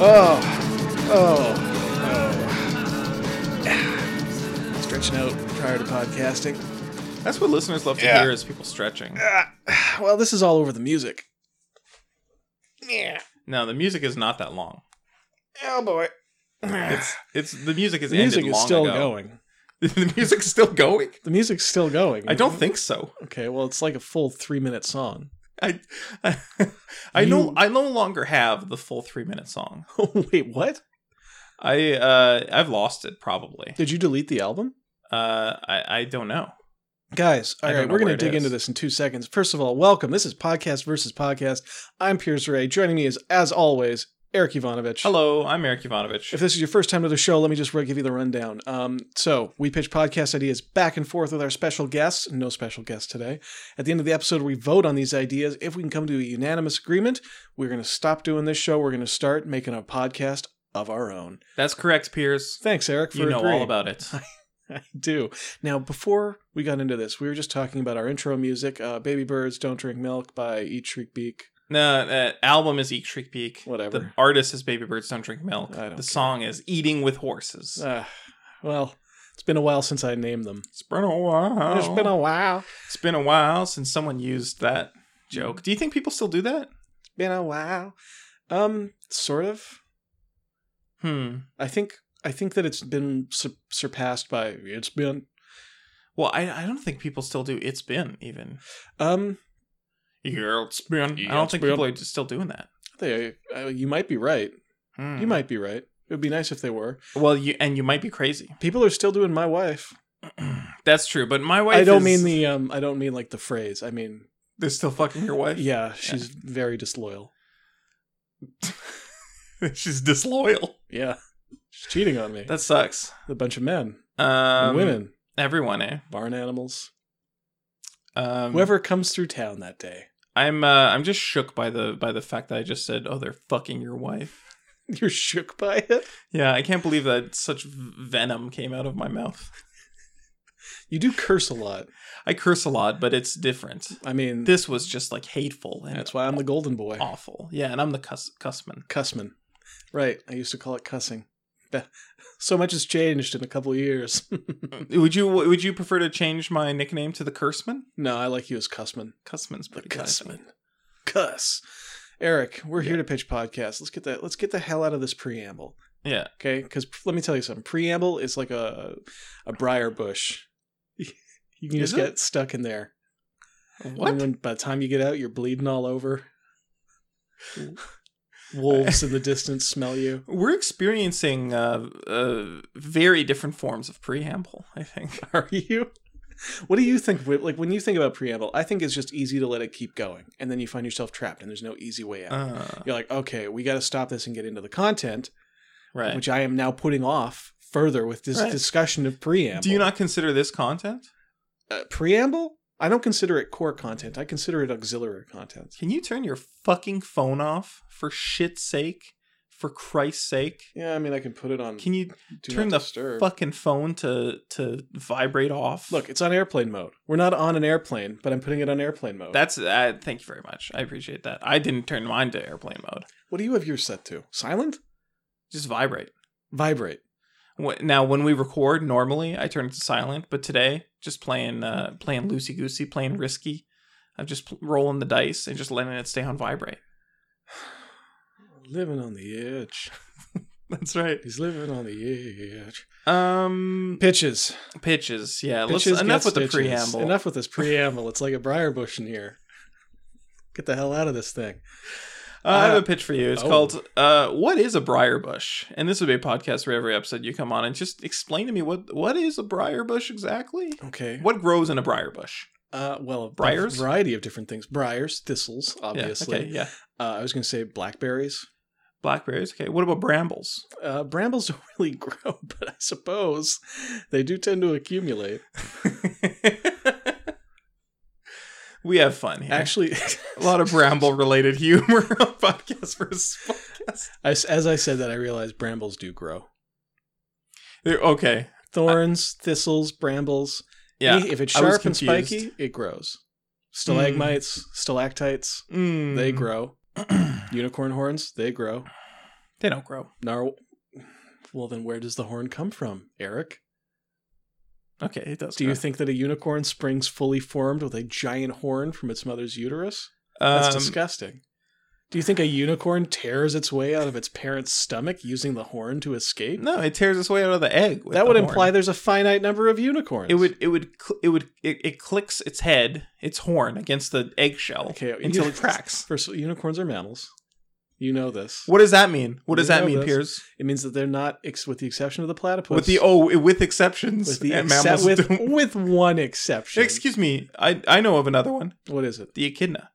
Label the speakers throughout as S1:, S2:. S1: Oh, oh, oh. Stretching out prior to podcasting.
S2: That's what listeners love to
S1: Yeah.
S2: hear is people stretching.
S1: Ah, well, this is all over the music. Yeah.
S2: No, the music is not that long.
S1: Oh boy.
S2: It's it's the music is
S1: the music
S2: ended
S1: is
S2: long
S1: still
S2: ago.
S1: going.
S2: the music's still going.
S1: The music's still going.
S2: I don't think so.
S1: Okay, well, it's like a full three minute song.
S2: I I, I no
S1: You-
S2: I no longer have the full three minute song.
S1: Wait, what?
S2: I uh I've lost it probably.
S1: Did you delete the album?
S2: Uh I I don't know.
S1: Guys,
S2: I
S1: all
S2: don't
S1: right,
S2: know
S1: we're
S2: where
S1: going to
S2: it
S1: dig
S2: is.
S1: into this in two seconds. First of all, welcome. This is Podcast versus Podcast. I'm Piers Ray. Joining me is, as always, Eric Ivanovich.
S2: Hello, I'm Eric Ivanovich.
S1: If this is your first time to the show, let me just re- give you the rundown. Um, so, we pitch podcast ideas back and forth with our special guests. No special guest today. At the end of the episode, we vote on these ideas. If we can come to a unanimous agreement, we're going to stop doing this show. We're going to start making a podcast of our own.
S2: That's correct, Piers.
S1: Thanks, Eric, for
S2: You know
S1: agreeing.
S2: all about it.
S1: I do. Now, before we got into this, we were just talking about our intro music, uh, "Baby Birds Don't Drink Milk" by Eat Shriek Beak.
S2: No, uh, album is Eat Shriek Peak.
S1: Whatever.
S2: The artist is Baby Birds Don't Drink Milk.
S1: I don't care.
S2: the song is Eating with Horses.
S1: Uh, well, it's been a while since I named them.
S2: it's been a while.
S1: It's been a while.
S2: It's been a while since someone used that joke. Do you think people still do that?
S1: It's been a while. Um, sort of.
S2: Hmm.
S1: I think. I think that it's been su- surpassed by. It's been.
S2: Well, I, I don't think people still do It's Been, even.
S1: Um,
S2: Yeah, it's been. I
S1: Yeah,
S2: don't
S1: it's
S2: think
S1: been.
S2: people are still doing that.
S1: they. Uh, you might be right.
S2: Hmm.
S1: You might be right. It would be nice if they were.
S2: Well, you and you might be crazy.
S1: People are still doing my wife.
S2: That's true, but my wife
S1: I don't mean
S2: is-
S1: the. Um, I don't mean like the phrase. I mean,
S2: They're still fucking your wife?
S1: yeah, she's very disloyal.
S2: She's disloyal.
S1: Yeah. She's cheating on me.
S2: That sucks.
S1: a bunch of men
S2: Um,
S1: and women,
S2: Everyone, eh?
S1: barn animals,
S2: Um,
S1: whoever comes through town that day.
S2: I'm uh, I'm just shook by the by the fact that I just said, "Oh, they're fucking your wife."
S1: You're shook by it.
S2: Yeah, I can't believe that such v- venom came out of my mouth.
S1: You do curse a lot.
S2: I curse a lot, but it's different.
S1: I mean,
S2: This was just like hateful and
S1: that's why I'm the golden boy.
S2: awful. Yeah, and I'm the cuss cussman.
S1: Cussman. Right. I used to call it cussing. Be- So much has changed in a couple of years. Hmm.
S2: would you would you prefer to change my nickname to the curseman?
S1: no, I like you as Cussman.
S2: Cussman's pretty good. I think.
S1: Cussman. Cuss. Eric, we're here to pitch podcasts. Let's get that. Let's get the hell out of this preamble.
S2: Yeah,
S1: Okay, because let me tell you something. Preamble is like a a briar bush. You can
S2: Is
S1: just
S2: it?
S1: get stuck in there. And
S2: what?
S1: then by the time you get out, you're bleeding all over. Wolves in the distance smell you.
S2: We're experiencing uh, uh, very different forms of preamble. I think.
S1: Are you? What do you think? Like when you think about preamble, I think it's just easy to let it keep going, and then you find yourself trapped, and there's no easy way out.
S2: Uh,
S1: you're like, okay, we got to stop this and get into the content,
S2: right.
S1: which I am now putting off further with this
S2: Right.
S1: discussion of preamble.
S2: Do you not consider this content?
S1: uh, preamble i don't consider it core content i consider it auxiliary content
S2: Can you turn your fucking phone off for shit's sake? For Christ's sake.
S1: yeah i mean i can put it on
S2: Can you
S1: Mm, do
S2: turn
S1: not
S2: the
S1: disturb.
S2: fucking phone to to vibrate off?
S1: look it's on airplane mode we're not on an airplane but i'm putting it on airplane mode
S2: that's uh, thank you very much. I appreciate that. I didn't turn mine to airplane mode.
S1: what do you have yours set to silent
S2: Just vibrate.
S1: vibrate
S2: Wh- Now when we record normally, I turn it to silent, but today just playing uh playing loosey goosey, playing risky. I'm just pl- rolling the dice and just letting it stay on vibrate.
S1: living on the edge
S2: That's right.
S1: he's living on the edge
S2: Um
S1: pitches
S2: pitches. Yeah, let's
S1: pitches
S2: enough
S1: get
S2: with the
S1: stitches.
S2: preamble.
S1: enough with this preamble it's like a briar bush in here get the hell out of this thing
S2: Uh, I have
S1: Uh,
S2: a pitch for you. It's
S1: oh.
S2: called uh, "What is a briar bush?" And this would be a podcast where every episode you come on and just explain to me what what is a briar bush exactly.
S1: okay
S2: What grows in a briar bush?
S1: uh well a
S2: Briars?
S1: variety of different things briars thistles
S2: Yeah,
S1: obviously
S2: okay, yeah.
S1: Uh, I was going to say blackberries.
S2: Blackberries. Okay. What about brambles?
S1: Uh, brambles don't really grow, but I suppose they do tend to accumulate.
S2: we have fun here.
S1: Actually,
S2: a lot of bramble related humor on podcast versus podcast.
S1: I s as I said that, I realized brambles do grow.
S2: They're- okay.
S1: Thorns, thistles, brambles.
S2: Yeah.
S1: Any- if it's
S2: I was
S1: sharp and
S2: confused.
S1: spiky, it grows. Stalagmites, stalactites,
S2: Mm.
S1: they grow. Unicorn horns, they grow.
S2: They don't grow.
S1: Nar. Well, then where does the horn come from, Eric?
S2: Okay, it does.
S1: Do you
S2: grow.
S1: think that a unicorn springs fully formed with a giant horn from its mother's uterus? That's
S2: Um,
S1: disgusting. Do you think a unicorn tears its way out of its parents' stomach using the horn to escape?
S2: no, it tears its way out of the egg. with
S1: that
S2: the
S1: would
S2: horn.
S1: imply there's a finite number of unicorns.
S2: It would. It would. cl- It would. It, it clicks its head, its horn against the eggshell
S1: Okay, you
S2: until
S1: know-
S2: it cracks.
S1: First, unicorns are mammals. You know this.
S2: What does that mean? What does
S1: You
S2: that
S1: know
S2: mean,
S1: this.
S2: Piers?
S1: It means that they're not, ex- with the exception of the platypus,
S2: With the oh, with exceptions
S1: with the
S2: and
S1: exce-
S2: mammals.
S1: with,
S2: don't-
S1: with one exception.
S2: Excuse me. I I know of another one.
S1: What is it?
S2: The echidna.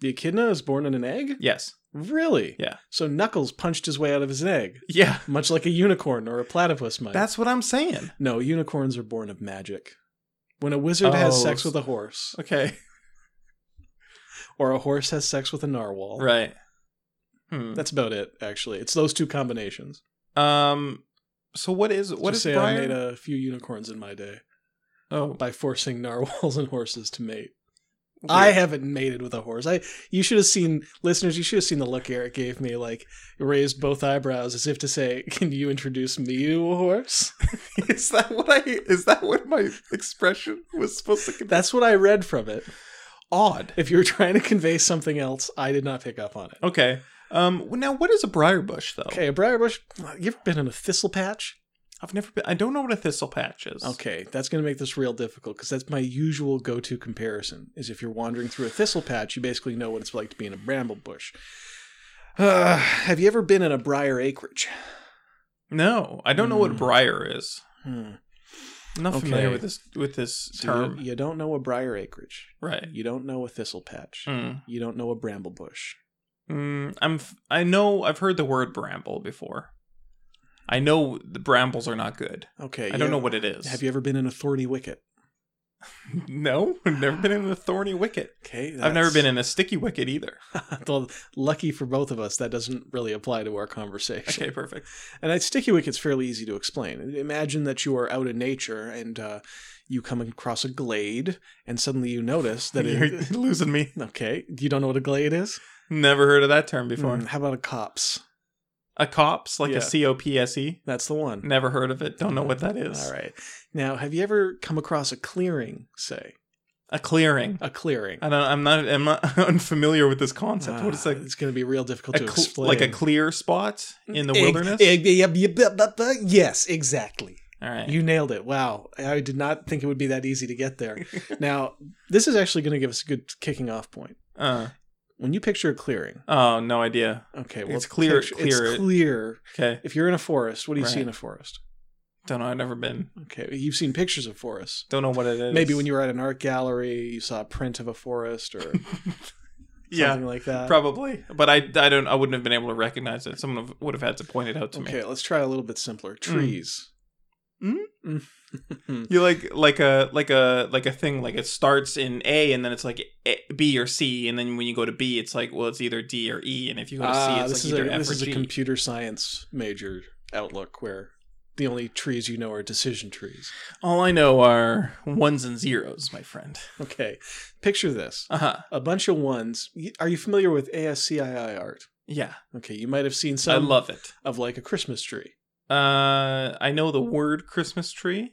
S1: The echidna is born in an egg.
S2: Yes.
S1: Really?
S2: Yeah.
S1: So Knuckles punched his way out of his egg,
S2: Yeah.
S1: much like a unicorn or a platypus might.
S2: That's what I'm saying.
S1: no, unicorns are born of magic. When a wizard has
S2: Oh,
S1: sex
S2: s-
S1: with a horse,
S2: Okay.
S1: or a horse has sex with a narwhal,
S2: Right. Hmm.
S1: that's about it. Actually, it's those two combinations.
S2: Um. So what is what
S1: Just say
S2: is
S1: I
S2: Briar?
S1: made a few unicorns in my day
S2: oh,
S1: by forcing narwhals and horses to mate. I haven't mated with a horse. I you should have seen listeners. You should have seen the look Eric gave me, like raised both eyebrows as if to say, "Can you introduce me to a horse?"
S2: is that what I is that what my expression was supposed to convey?
S1: That's what I read from it.
S2: odd.
S1: If you were trying to convey something else, I did not pick up on it.
S2: Okay. Um. Now, what is a briar bush though?
S1: Okay, a briar bush. You ever been in a thistle patch?
S2: I've never been. I don't know what a thistle patch is.
S1: Okay, that's going to make this real difficult because that's my usual go-to comparison. Is if you're wandering through a thistle patch, you basically know what it's like to be in a bramble bush. Uh, have you ever been in a briar acreage?
S2: No, I don't know what
S1: Hmm.
S2: briar is.
S1: Hmm.
S2: I'm not
S1: Okay.
S2: familiar with this with this
S1: So you-
S2: term.
S1: you don't know a briar acreage.
S2: Right.
S1: You don't know a thistle patch.
S2: Mm.
S1: You don't know a bramble bush.
S2: Mm, I'm. f- I know. I've heard the word bramble before. I know the brambles are not good.
S1: Okay.
S2: I don't know what it is.
S1: Have you ever been in a thorny wicket?
S2: No, I've never been in a thorny wicket.
S1: Okay.
S2: I've never been in a sticky wicket either.
S1: well, lucky for both of us, that doesn't really apply to our conversation.
S2: Okay, perfect.
S1: And that sticky wicket's fairly easy to explain. Imagine that you are out in nature and uh, you come across a glade, and suddenly you notice that
S2: You're
S1: it.
S2: losing me.
S1: Okay. You don't know what a glade is?
S2: Never heard of that term before.
S1: Hmm, how about a copse?
S2: A copse, like
S1: Yeah.
S2: a C O P S E.
S1: That's the one.
S2: Never heard of it. Don't know what that is.
S1: All right. Now, have you ever come across a clearing, say?
S2: A clearing.
S1: A clearing.
S2: I don't. I'm not. I'm not unfamiliar with this concept. what is
S1: Ah,
S2: that?
S1: It's going to be real difficult
S2: A
S1: to
S2: cl-
S1: explain. Mm,
S2: like a clear spot in the
S1: Eg-
S2: wilderness.
S1: eg- yep, yep, yep, yep, yep. yes, exactly.
S2: All right.
S1: You nailed it. Wow. I did not think it would be that easy to get there. now, this is actually going to give us a good kicking off point.
S2: uh,
S1: When you picture a clearing,
S2: oh, no idea.
S1: okay, well,
S2: It's clear-
S1: picture-
S2: clear
S1: It's
S2: it.
S1: clear.
S2: Okay.
S1: If you're in a forest, what do you see
S2: Right.
S1: in a forest?
S2: Don't know. I've never been.
S1: Okay, you've seen pictures of forests.
S2: Don't know what it is.
S1: Maybe when you were at an art gallery, you saw a print of a forest or something
S2: Yeah.
S1: like that.
S2: Probably, but I, I don't I wouldn't have been able to recognize it. Someone would have had to point it out to me.
S1: Okay, let's try a little bit simpler. Trees.
S2: Mm.
S1: Mm.
S2: You like like a like a like a thing like it starts in A and then it's like A- B or C and then when you go to B it's like well it's either D or E and if you go to
S1: Ah,
S2: C it's
S1: this
S2: like either
S1: is a,
S2: F
S1: this
S2: or
S1: is
S2: G.
S1: a computer science major outlook where the only trees you know are decision trees.
S2: All I know are ones and zeros, my friend.
S1: Okay, picture this:
S2: Uh huh.
S1: a bunch of ones. Y- Are you familiar with ASCII art?
S2: Yeah,
S1: Okay, you might have seen
S2: I
S1: some
S2: love it.
S1: of like a Christmas tree.
S2: Uh, I know the word Christmas tree.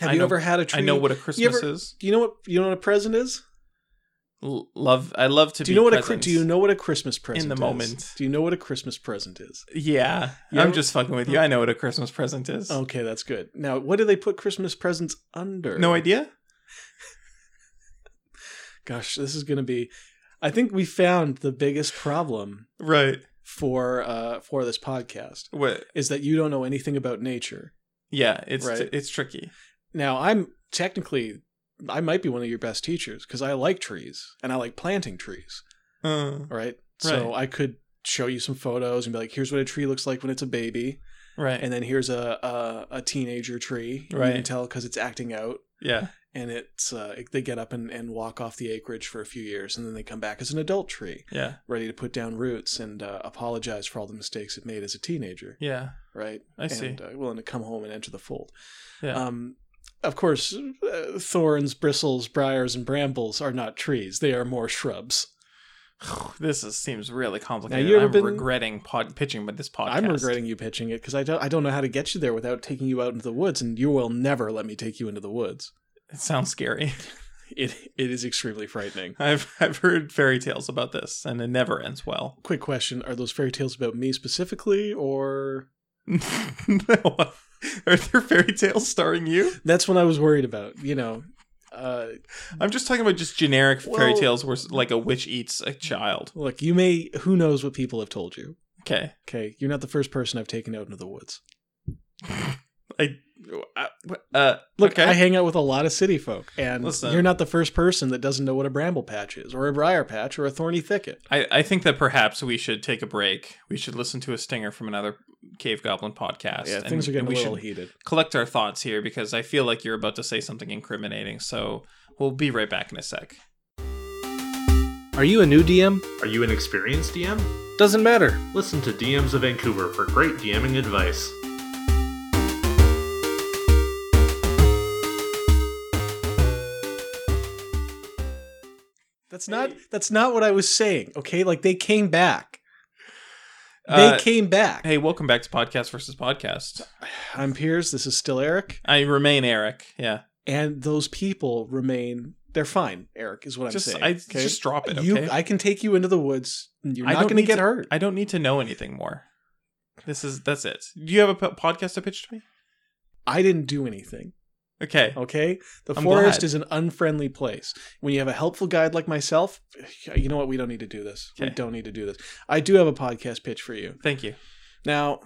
S1: Have
S2: I
S1: you
S2: know-
S1: ever had a tree?
S2: I know what a
S1: You
S2: Christmas
S1: ever-
S2: is.
S1: Do you know what you know what a present is?
S2: L- love. I love to.
S1: Do you
S2: be
S1: know what a
S2: present.
S1: Chri- do you know what a Christmas present
S2: the
S1: is?
S2: moment.
S1: Do you know what a Christmas present is?
S2: Yeah,
S1: You ever-
S2: I'm
S1: Hmm? Oh,
S2: just fucking with you. I know what a Christmas present is.
S1: Okay, that's good. Now, what do they put Christmas presents under?
S2: No idea.
S1: Gosh, this is going to be. I think we found the biggest problem
S2: Right.
S1: for uh for this podcast
S2: What?
S1: is that you don't know anything about nature.
S2: Yeah, it's
S1: Right.
S2: it's tricky.
S1: Now, I'm technically I might be one of your best teachers because I like trees and I like planting trees,
S2: Uh,
S1: all right? So I could show you some photos and be like, here's what a tree looks like when it's a baby,
S2: right.
S1: and then here's a a, a teenager tree. You can
S2: Right.
S1: tell because it's acting out,
S2: yeah.
S1: and it's uh, it- they get up and, and walk off the acreage for a few years, and then they come back as an adult tree,
S2: Yeah.
S1: ready to put down roots and uh, apologize for all the mistakes it made as a teenager,
S2: Yeah.
S1: right?
S2: I see.
S1: and uh, willing to come home and enter the fold.
S2: Yeah.
S1: Um, of course, uh, thorns, bristles, briars, and brambles are not trees; they are more shrubs.
S2: this is, seems really complicated.
S1: you ever
S2: I'm
S1: been-
S2: regretting pod, pitching with this podcast.
S1: I'm regretting you pitching it because I don't I don't know how to get you there without taking you out into the woods, and you will never let me take you into the woods.
S2: It sounds scary.
S1: It it is extremely frightening.
S2: I've I've heard fairy tales about this, and it never ends well.
S1: Quick question: Are those fairy tales about me specifically, or
S2: no, are there fairy tales starring you?
S1: that's what I was worried about? You know, uh,
S2: I'm just talking about just generic fairy
S1: Well-
S2: tales where like a witch eats a child.
S1: look, you may who knows what people have told you.
S2: Okay,
S1: Okay, you're not the first person I've taken out into the woods.
S2: I, uh,
S1: Look,
S2: okay.
S1: I hang out with a lot of city folk, and
S2: Listen.
S1: you're not the first person that doesn't know what a bramble patch is, or a briar patch, or a thorny thicket.
S2: I, I think that perhaps we should take a break. We should listen to a stinger from another Cave Goblin podcast.
S1: Yeah, things are getting a
S2: we
S1: little
S2: should
S1: heated.
S2: collect our thoughts here because I feel like you're about to say something incriminating. So we'll be right back in a sec.
S3: Are you a new DM?
S4: Are you an experienced DM?
S3: Doesn't matter.
S4: Listen to DMs of Vancouver for great DMing advice.
S1: That's not that's not what I was saying. Okay, like they came back. They
S2: Uh,
S1: came back.
S2: Hey, welcome back to Podcast versus Podcast.
S1: I'm Piers. This is still Eric,
S2: I remain Eric. Yeah,
S1: and those people remain. They're fine. Eric is what I'm
S2: just
S1: saying.
S2: I
S1: okay?
S2: just drop it. Okay,
S1: you. I can take you into the woods. and You're
S2: I
S1: not
S2: don't
S1: going to
S2: need
S1: get
S2: to-
S1: hurt.
S2: I don't need to know anything more. This is that's it. Do you have a po- podcast to pitch to me?
S1: I didn't do anything.
S2: Okay,
S1: Okay, the
S2: I'm
S1: forest
S2: glad.
S1: is an unfriendly place. When you have a helpful guide like myself, you know what? We don't need to do this. We
S2: Okay.
S1: don't need to do this. I do have a podcast pitch for you.
S2: thank you.
S1: Now,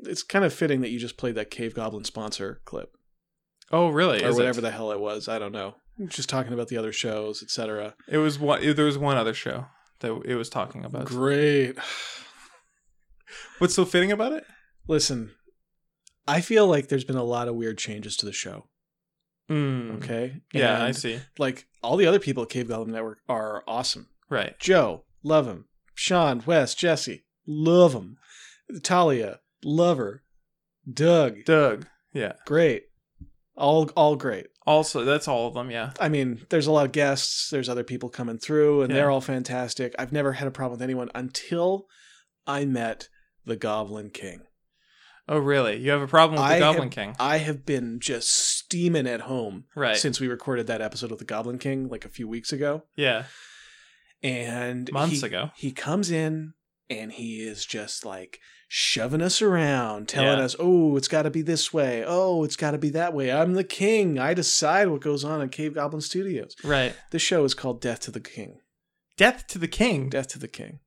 S1: it's kind of fitting that you just played that cave goblin sponsor clip.
S2: Oh, really?
S1: or
S2: Is it?
S1: whatever the hell it was. I don't know. Just talking about the other shows, etc.
S2: It was one. There was one other show that it was talking about.
S1: Great.
S2: What's so fitting about it?
S1: Listen, I feel like there's been a lot of weird changes to the show.
S2: Mm.
S1: Okay.
S2: Yeah, I
S1: And,
S2: see.
S1: Like all the other people at Cave Goblin Network are awesome.
S2: Right.
S1: Joe, love him. Sean, Wes, Jesse, love him. Talia, love her. Doug,
S2: Doug. Yeah.
S1: great. All all great.
S2: Also, that's all of them. Yeah.
S1: I mean, there's a lot of guests, there's other people coming through, and
S2: Yeah.
S1: they're all fantastic. I've never had a problem with anyone until I met the Goblin King.
S2: Oh, really? You have a problem with the
S1: I
S2: Goblin
S1: have-
S2: King?
S1: I have been just steaming at home
S2: Right.
S1: since we recorded that episode of the Goblin King like a few weeks ago.
S2: yeah.
S1: And
S2: Months
S1: he,
S2: ago.
S1: he comes in and he is just like shoving us around, telling
S2: Yeah.
S1: us, oh, it's got to be this way. Oh, it's got to be that way. I'm the king. I decide what goes on in Cave Goblin Studios.
S2: Right.
S1: This show is called Death to the King.
S2: Death to the King.
S1: Death to the King.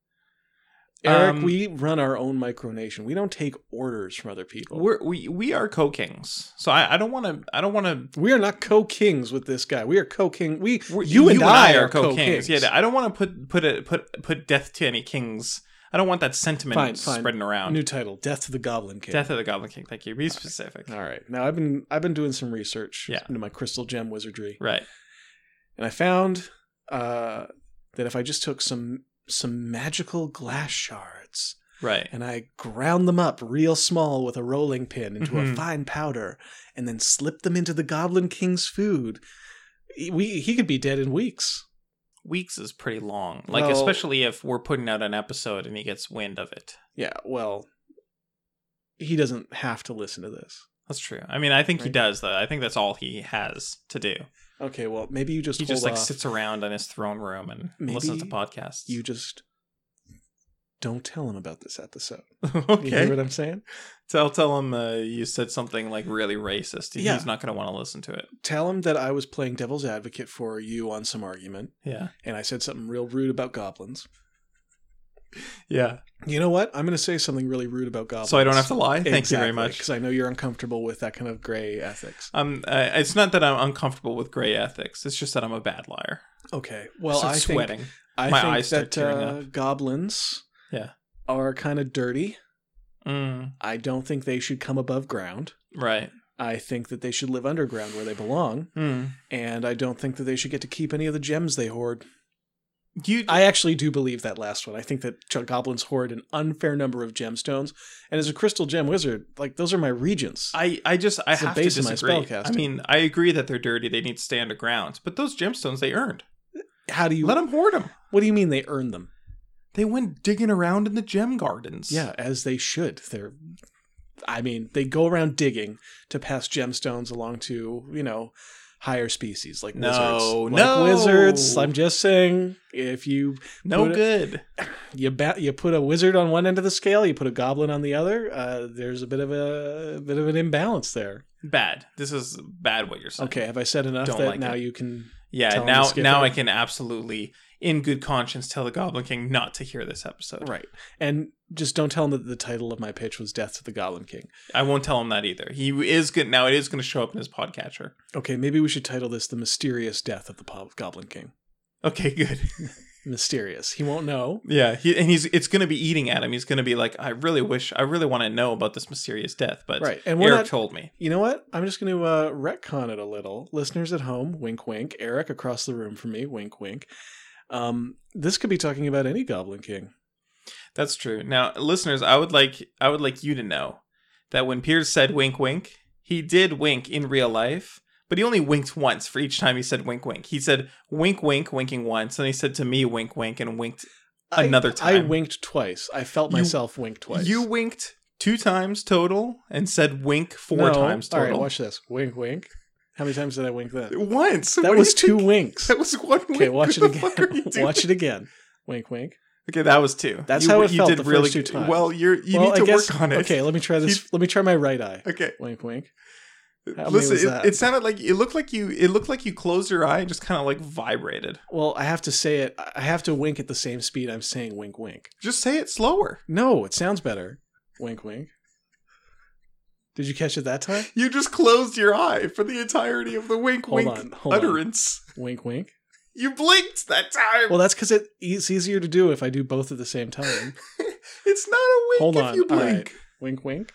S1: Eric,
S2: Um,
S1: we run our own micronation. We don't take orders from other people. We're,
S2: We're, we we are co kings. So I I don't want to I don't want to.
S1: we are not co-kings with this guy. We are co-king. We you, and, I, are co-kings.
S2: Yeah. I don't want to put put it put put death to any kings. I don't want that sentiment
S1: Fine, fine.
S2: spreading around.
S1: New title: Death to the Goblin King.
S2: Death of the Goblin King. Thank you. Be specific.
S1: All right. Now I've been I've been doing some research
S2: Yeah.
S1: into my crystal gem wizardry,
S2: Right.
S1: and I found uh, that if I just took some some magical glass shards
S2: Right.
S1: and I ground them up real small with a rolling pin into a
S2: Mhm.
S1: fine powder, and then slipped them into the Goblin King's food. He- We he could be dead in weeks.
S2: Weeks is pretty long. Like
S1: Well-
S2: especially if we're putting out an episode and he gets wind of it.
S1: Yeah, well, he doesn't have to listen to this.
S2: That's true. I mean, I think he
S1: Right.
S2: does though. I think that's all he has to do.
S1: Okay, well, maybe you just
S2: he
S1: hold
S2: just like
S1: off.
S2: sits around in his throne room and
S1: Maybe
S2: listens to podcasts.
S1: you just don't tell him about this episode. You hear
S2: okay?
S1: what I'm saying?
S2: Tell tell him uh, you said something like really racist.
S1: Yeah.
S2: He's not going to want to listen to it.
S1: Tell him that I was playing devil's advocate for you on some argument,
S2: Yeah.
S1: and I said something real rude about goblins.
S2: Yeah.
S1: You know what? I'm going to say something really rude about goblins.
S2: So I don't have to lie. Thank you very much.
S1: Because I know you're uncomfortable with that kind of gray ethics.
S2: Um, uh, it's not that I'm uncomfortable with gray ethics. It's just that I'm a bad liar.
S1: Okay. Well,
S2: So
S1: I
S2: sweating.
S1: think I
S2: My
S1: think
S2: eyes start
S1: that
S2: tearing
S1: uh, goblins,
S2: Yeah.
S1: are kind of dirty.
S2: Mm,
S1: I don't think they should come above ground.
S2: right.
S1: I think that they should live underground where they belong,
S2: Mm.
S1: and I don't think that they should get to keep any of the gems they hoard.
S2: You.
S1: I actually do believe that last one. I think that ch- goblins hoard an unfair number of gemstones, and as a crystal gem wizard, like those are my regents.
S2: I, I just I
S1: It's the
S2: have to
S1: base of my
S2: disagree. I
S1: spellcasting.
S2: mean, I agree that they're dirty. They need to stay underground. But those gemstones they earned.
S1: How do you?
S2: Let them hoard them.
S1: what do you mean they earn them?
S2: They went digging around in the gem gardens.
S1: Yeah, as they should. They're, I mean, they go around digging to pass gemstones along to you know higher species like
S2: No,
S1: wizards.
S2: no.
S1: like wizards. I'm just saying, if you
S2: No
S1: Put it-
S2: good.
S1: you bat, you put a wizard on one end of the scale, you put a goblin on the other. Uh, there's a bit of a, bit of an imbalance there.
S2: Bad. This is bad what you're saying.
S1: Okay, have I said enough
S2: Don't
S1: that
S2: like
S1: now
S2: it.
S1: you can? Tell
S2: Yeah,
S1: 'em to
S2: now
S1: skip
S2: now
S1: it.
S2: I can absolutely in good conscience tell the Goblin King not to hear this episode.
S1: Right, and just don't tell them that the title of my pitch was "Death to the Goblin King."
S2: I won't tell him that either. He is good now it is going to show up in his podcatcher.
S1: Okay, maybe we should title this "The Mysterious Death of the Po- Goblin King."
S2: Okay, good.
S1: Mysterious. He won't know.
S2: Yeah, he, and he's it's going to be eating at him. He's going to be like, I really wish, I really want to know about this mysterious death, but
S1: Right, and we're
S2: Eric
S1: not-
S2: told me.
S1: You know what? I'm just going to uh, retcon it a little. Listeners at home, wink, wink. Eric across the room from me, wink, wink. Um, this could be talking about any Goblin King.
S2: That's true. Now, listeners, I would like I would like you to know that when Piers said wink wink, he did wink in real life, but he only winked once for each time he said wink wink. He said wink wink winking once, and he said to me wink wink and winked.
S1: I-
S2: Another
S1: I
S2: time.
S1: winked twice. I felt
S2: You-
S1: myself wink twice.
S2: You winked two times total and said wink four
S1: No.
S2: times
S1: All
S2: total.
S1: right, watch this. Wink, wink. How many times did I wink that?
S2: once. What
S1: That
S2: do
S1: was
S2: you
S1: two
S2: think?
S1: winks.
S2: That was one wink.
S1: Okay, watch it
S2: What the fuck are you
S1: again.
S2: doing?
S1: Watch it again. Wink, wink.
S2: Okay, that was two.
S1: That's
S2: you,
S1: how it
S2: you
S1: felt
S2: did
S1: the first
S2: really
S1: two times.
S2: Well, you're you
S1: Well,
S2: need
S1: I
S2: to
S1: guess-
S2: work on it.
S1: Okay, let me try this.
S2: You-
S1: let me try my right eye.
S2: Okay.
S1: Wink, wink. How many
S2: Listen,
S1: was
S2: it,
S1: that?
S2: it sounded like it looked like you it looked like you closed your eye and just kind of like vibrated.
S1: Well, I have to say it. I have to wink at the same speed I'm saying wink, wink.
S2: Just say it slower.
S1: No, it sounds better. Wink, wink. Did you catch it that time?
S2: You just closed your eye for the entirety of the wink
S1: Hold
S2: wink
S1: on, hold on.
S2: utterance.
S1: Wink, wink.
S2: You blinked that time.
S1: Well, that's because it, it's easier to do if I do both at the same time.
S2: it's not a wink
S1: Hold
S2: if
S1: on,
S2: you
S1: all
S2: blink.
S1: right. wink, wink.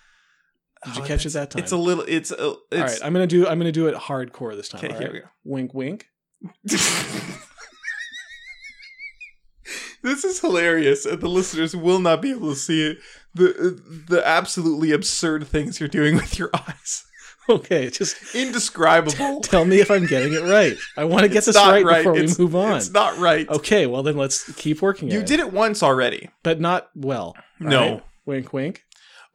S1: Did you
S2: Oh,
S1: catch it
S2: that's-
S1: that time?
S2: It's a little. It's a. It's,
S1: all right. I'm gonna do. I'm gonna do it hardcore this time.
S2: okay,
S1: all
S2: here
S1: right?
S2: we go.
S1: Wink, wink.
S2: this is hilarious, and the listeners will not be able to see it. The uh, the absolutely absurd things you're doing with your eyes,
S1: Okay, just
S2: indescribable.
S1: tell me if I'm getting it right. I want to get
S2: It's
S1: this
S2: not
S1: right, before
S2: It's-
S1: we move on.
S2: It's not right.
S1: Okay, well then let's keep working.
S2: You
S1: at
S2: did it once already.
S1: it, but not well. all
S2: No.
S1: right? Wink, wink.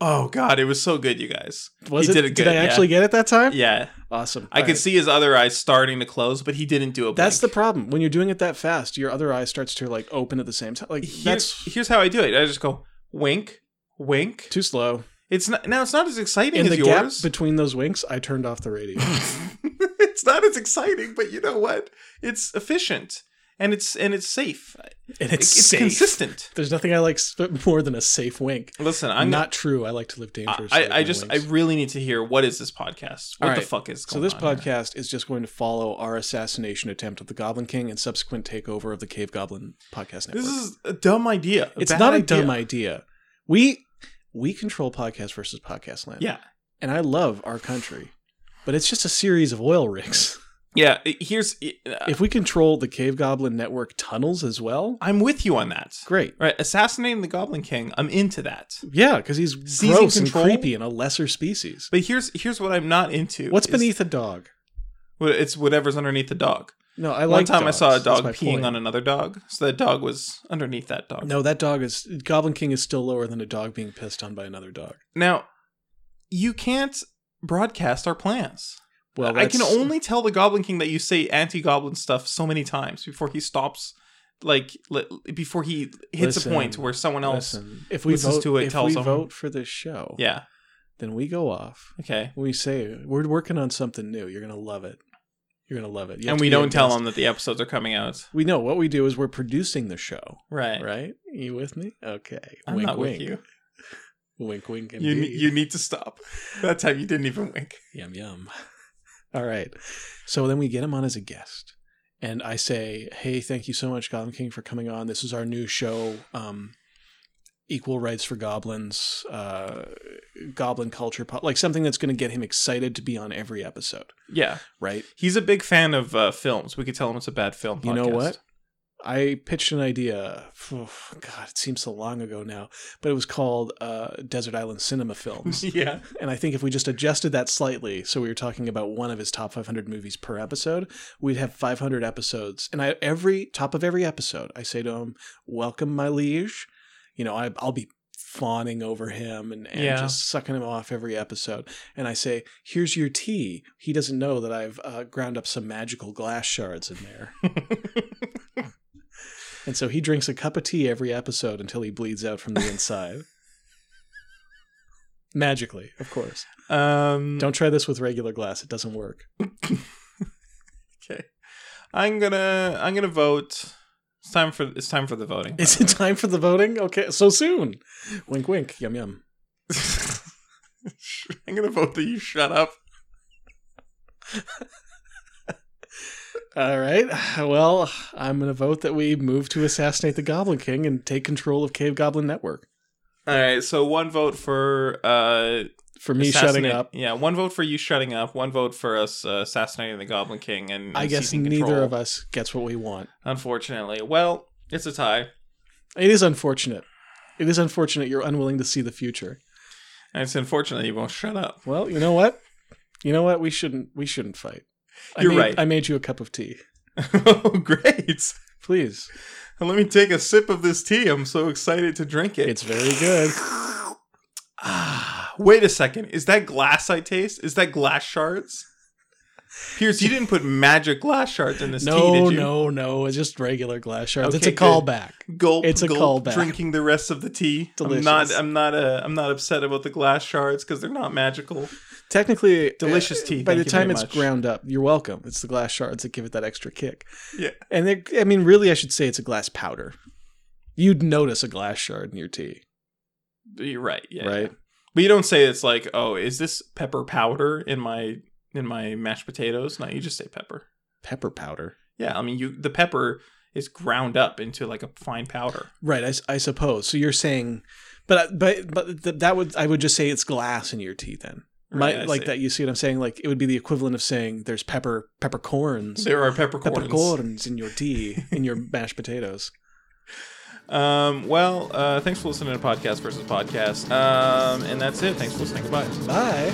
S2: Oh god, it was so good, you guys.
S1: Was
S2: He
S1: it?
S2: did it good,
S1: I
S2: yeah.
S1: actually get it that time?
S2: Yeah,
S1: Awesome.
S2: I
S1: All
S2: could
S1: right.
S2: see his other eye starting to close, but he didn't do it.
S1: That's the problem. When you're doing it that fast, your other eye starts to like open at the same time. Like
S2: Here's,
S1: that's
S2: here's how I do it. I just go wink, wink.
S1: too slow.
S2: It's not now. It's not as exciting
S1: In
S2: as
S1: the gap
S2: yours.
S1: between those winks, I turned off the radio.
S2: it's not as exciting, but you know what? It's efficient and it's and it's safe.
S1: And
S2: It's,
S1: it's, safe.
S2: consistent.
S1: There's nothing I like sp- more than a safe wink.
S2: Listen, I'm
S1: Not
S2: not.
S1: true. I like to live dangerously.
S2: I,
S1: with
S2: I
S1: my
S2: just I
S1: winks.
S2: really need to hear what is this podcast?
S1: All
S2: What the
S1: right.
S2: fuck is
S1: so
S2: going
S1: this
S2: on here?
S1: podcast is just going to follow our assassination attempt of the Goblin King and subsequent takeover of the Cave Goblin podcast network.
S2: This is a dumb idea.
S1: it's
S2: bad
S1: not a
S2: idea.
S1: dumb idea. We we control podcast versus podcast land.
S2: Yeah,
S1: And I love our country. But it's just a series of oil rigs.
S2: yeah. it- Here's uh,
S1: if we control the cave goblin network tunnels as well
S2: I'm with you on that.
S1: great
S2: Right, assassinating the Goblin King. I'm into that.
S1: yeah because he's
S2: Seizing
S1: gross and
S2: control?
S1: creepy and a lesser species
S2: But here's here's what I'm not into.
S1: what's
S2: is-
S1: beneath a dog
S2: It's whatever's underneath the dog.
S1: no i like
S2: One time
S1: dogs.
S2: I saw a
S1: That's
S2: dog
S1: my
S2: peeing
S1: point.
S2: on another dog, so that dog was underneath that dog.
S1: no that dog is goblin king is still lower than a dog being pissed on by another dog
S2: Now, you can't broadcast our plans.
S1: well
S2: I can
S1: that's-
S2: only tell the Goblin King that you say anti-goblin stuff so many times before he stops, like li- before he hits
S1: Listen,
S2: a point where someone else.
S1: listen, if we
S2: listens
S1: vote,
S2: to it,
S1: if
S2: tells
S1: we
S2: them.
S1: vote for this show
S2: Yeah.
S1: then we go off
S2: Okay.
S1: we say we're working on something new you're gonna love it you're gonna love it You have
S2: and
S1: to
S2: we
S1: be a
S2: don't tell
S1: guest.
S2: them that the episodes are coming out.
S1: we know what we do is we're producing the show
S2: Right.
S1: right you with me okay
S2: Eh. I'm
S1: wink
S2: not
S1: wink
S2: with you.
S1: wink wink
S2: You ne-
S1: indeed.
S2: you need to stop. That time you didn't even wink.
S1: Yum yum. All right. So then we get him on as a guest. And I say, Hey, thank you so much, Goblin King, for coming on. This is our new show, um, Equal Rights for Goblins, uh, Goblin Culture, po- like something that's going to get him excited to be on every episode,
S2: Yeah.
S1: right?
S2: He's a big fan of uh, films. We could tell him it's a bad film.
S1: You know
S2: podcast.
S1: what? I pitched an idea. phew, God, it seems so long ago now, but it was called uh, Desert Island Cinema Films.
S2: yeah.
S1: And I think if we just adjusted that slightly, so we were talking about one of his top 500 movies per episode, we'd have 500 episodes. And I every top of every episode, I say to him, "Welcome, my liege." You know, I, I'll be fawning over him and, and
S2: Yeah.
S1: just sucking him off every episode. And I say, "Here's your tea." He doesn't know that I've uh, ground up some magical glass shards in there. And so he drinks a cup of tea every episode until he bleeds out from the inside. Magically, of course.
S2: um,
S1: Hmm. Don't try this with regular glass. It doesn't work.
S2: Okay. I'm gonna I'm gonna vote. It's time for it's time for the voting.
S1: Is it time for the voting? Okay, so soon. Wink, wink. Yum, yum.
S2: I'm gonna vote that you shut up.
S1: All right. Well, I'm going to vote that we move to assassinate the Goblin King and take control of Cave Goblin Network.
S2: All right. So one vote for uh
S1: For me shutting
S2: assassinate-
S1: up.
S2: Yeah, one vote for you shutting up. One vote for us uh, assassinating the Goblin King. And, and
S1: I guess
S2: seizing
S1: neither
S2: control,
S1: of us gets what we want.
S2: Unfortunately, well, it's a tie.
S1: It is unfortunate. It is unfortunate you're unwilling to see the future.
S2: And it's unfortunate you won't shut up.
S1: Well, you know what? You know what? We shouldn't we shouldn't fight. I
S2: You're
S1: made-
S2: right.
S1: I made you a cup of tea.
S2: oh, great!
S1: Please.
S2: Let me take a sip of this tea. I'm so excited to drink it.
S1: It's very good.
S2: Ah, wait a second. Is that glass I taste? Is that glass shards? Pierce, you didn't put magic glass shards in this tea,
S1: No,
S2: did you?
S1: no, no. It's just regular glass shards. it's a
S2: Okay, good.
S1: callback.
S2: Gulp,
S1: It's a
S2: gulp,
S1: callback.
S2: Drinking the rest of the tea.
S1: Delicious.
S2: I'm not. I'm not. Uh, I'm not upset about the glass shards because they're not magical.
S1: Technically,
S2: Delicious
S1: uh,
S2: tea,
S1: By
S2: thank
S1: the
S2: you
S1: time
S2: very
S1: it's
S2: much.
S1: ground up, you're welcome. It's the glass shards that give it that extra kick.
S2: Yeah.
S1: And they're- I mean, really, I should say it's a glass powder. You'd notice a glass shard in your tea,
S2: You're right. Yeah.
S1: right?
S2: But you don't say it's like, oh, is this pepper powder in my in my mashed potatoes? No, you just say pepper.
S1: Pepper powder.
S2: Yeah. I mean, you the pepper is ground up into like a fine powder.
S1: Right. I, s- I suppose. So you're saying, but I- but but th- that would I would just say it's glass in your tea then. My,
S2: Right, I
S1: like
S2: see.
S1: that. You see what I'm saying? Like it would be the equivalent of saying there's pepper peppercorns.
S2: There are peppercorns.
S1: Peppercorns in your tea, in your mashed potatoes.
S2: Um, well, uh, thanks for listening to Podcast versus Podcast. Um, and that's it. Thanks for listening. Goodbye.
S1: Bye.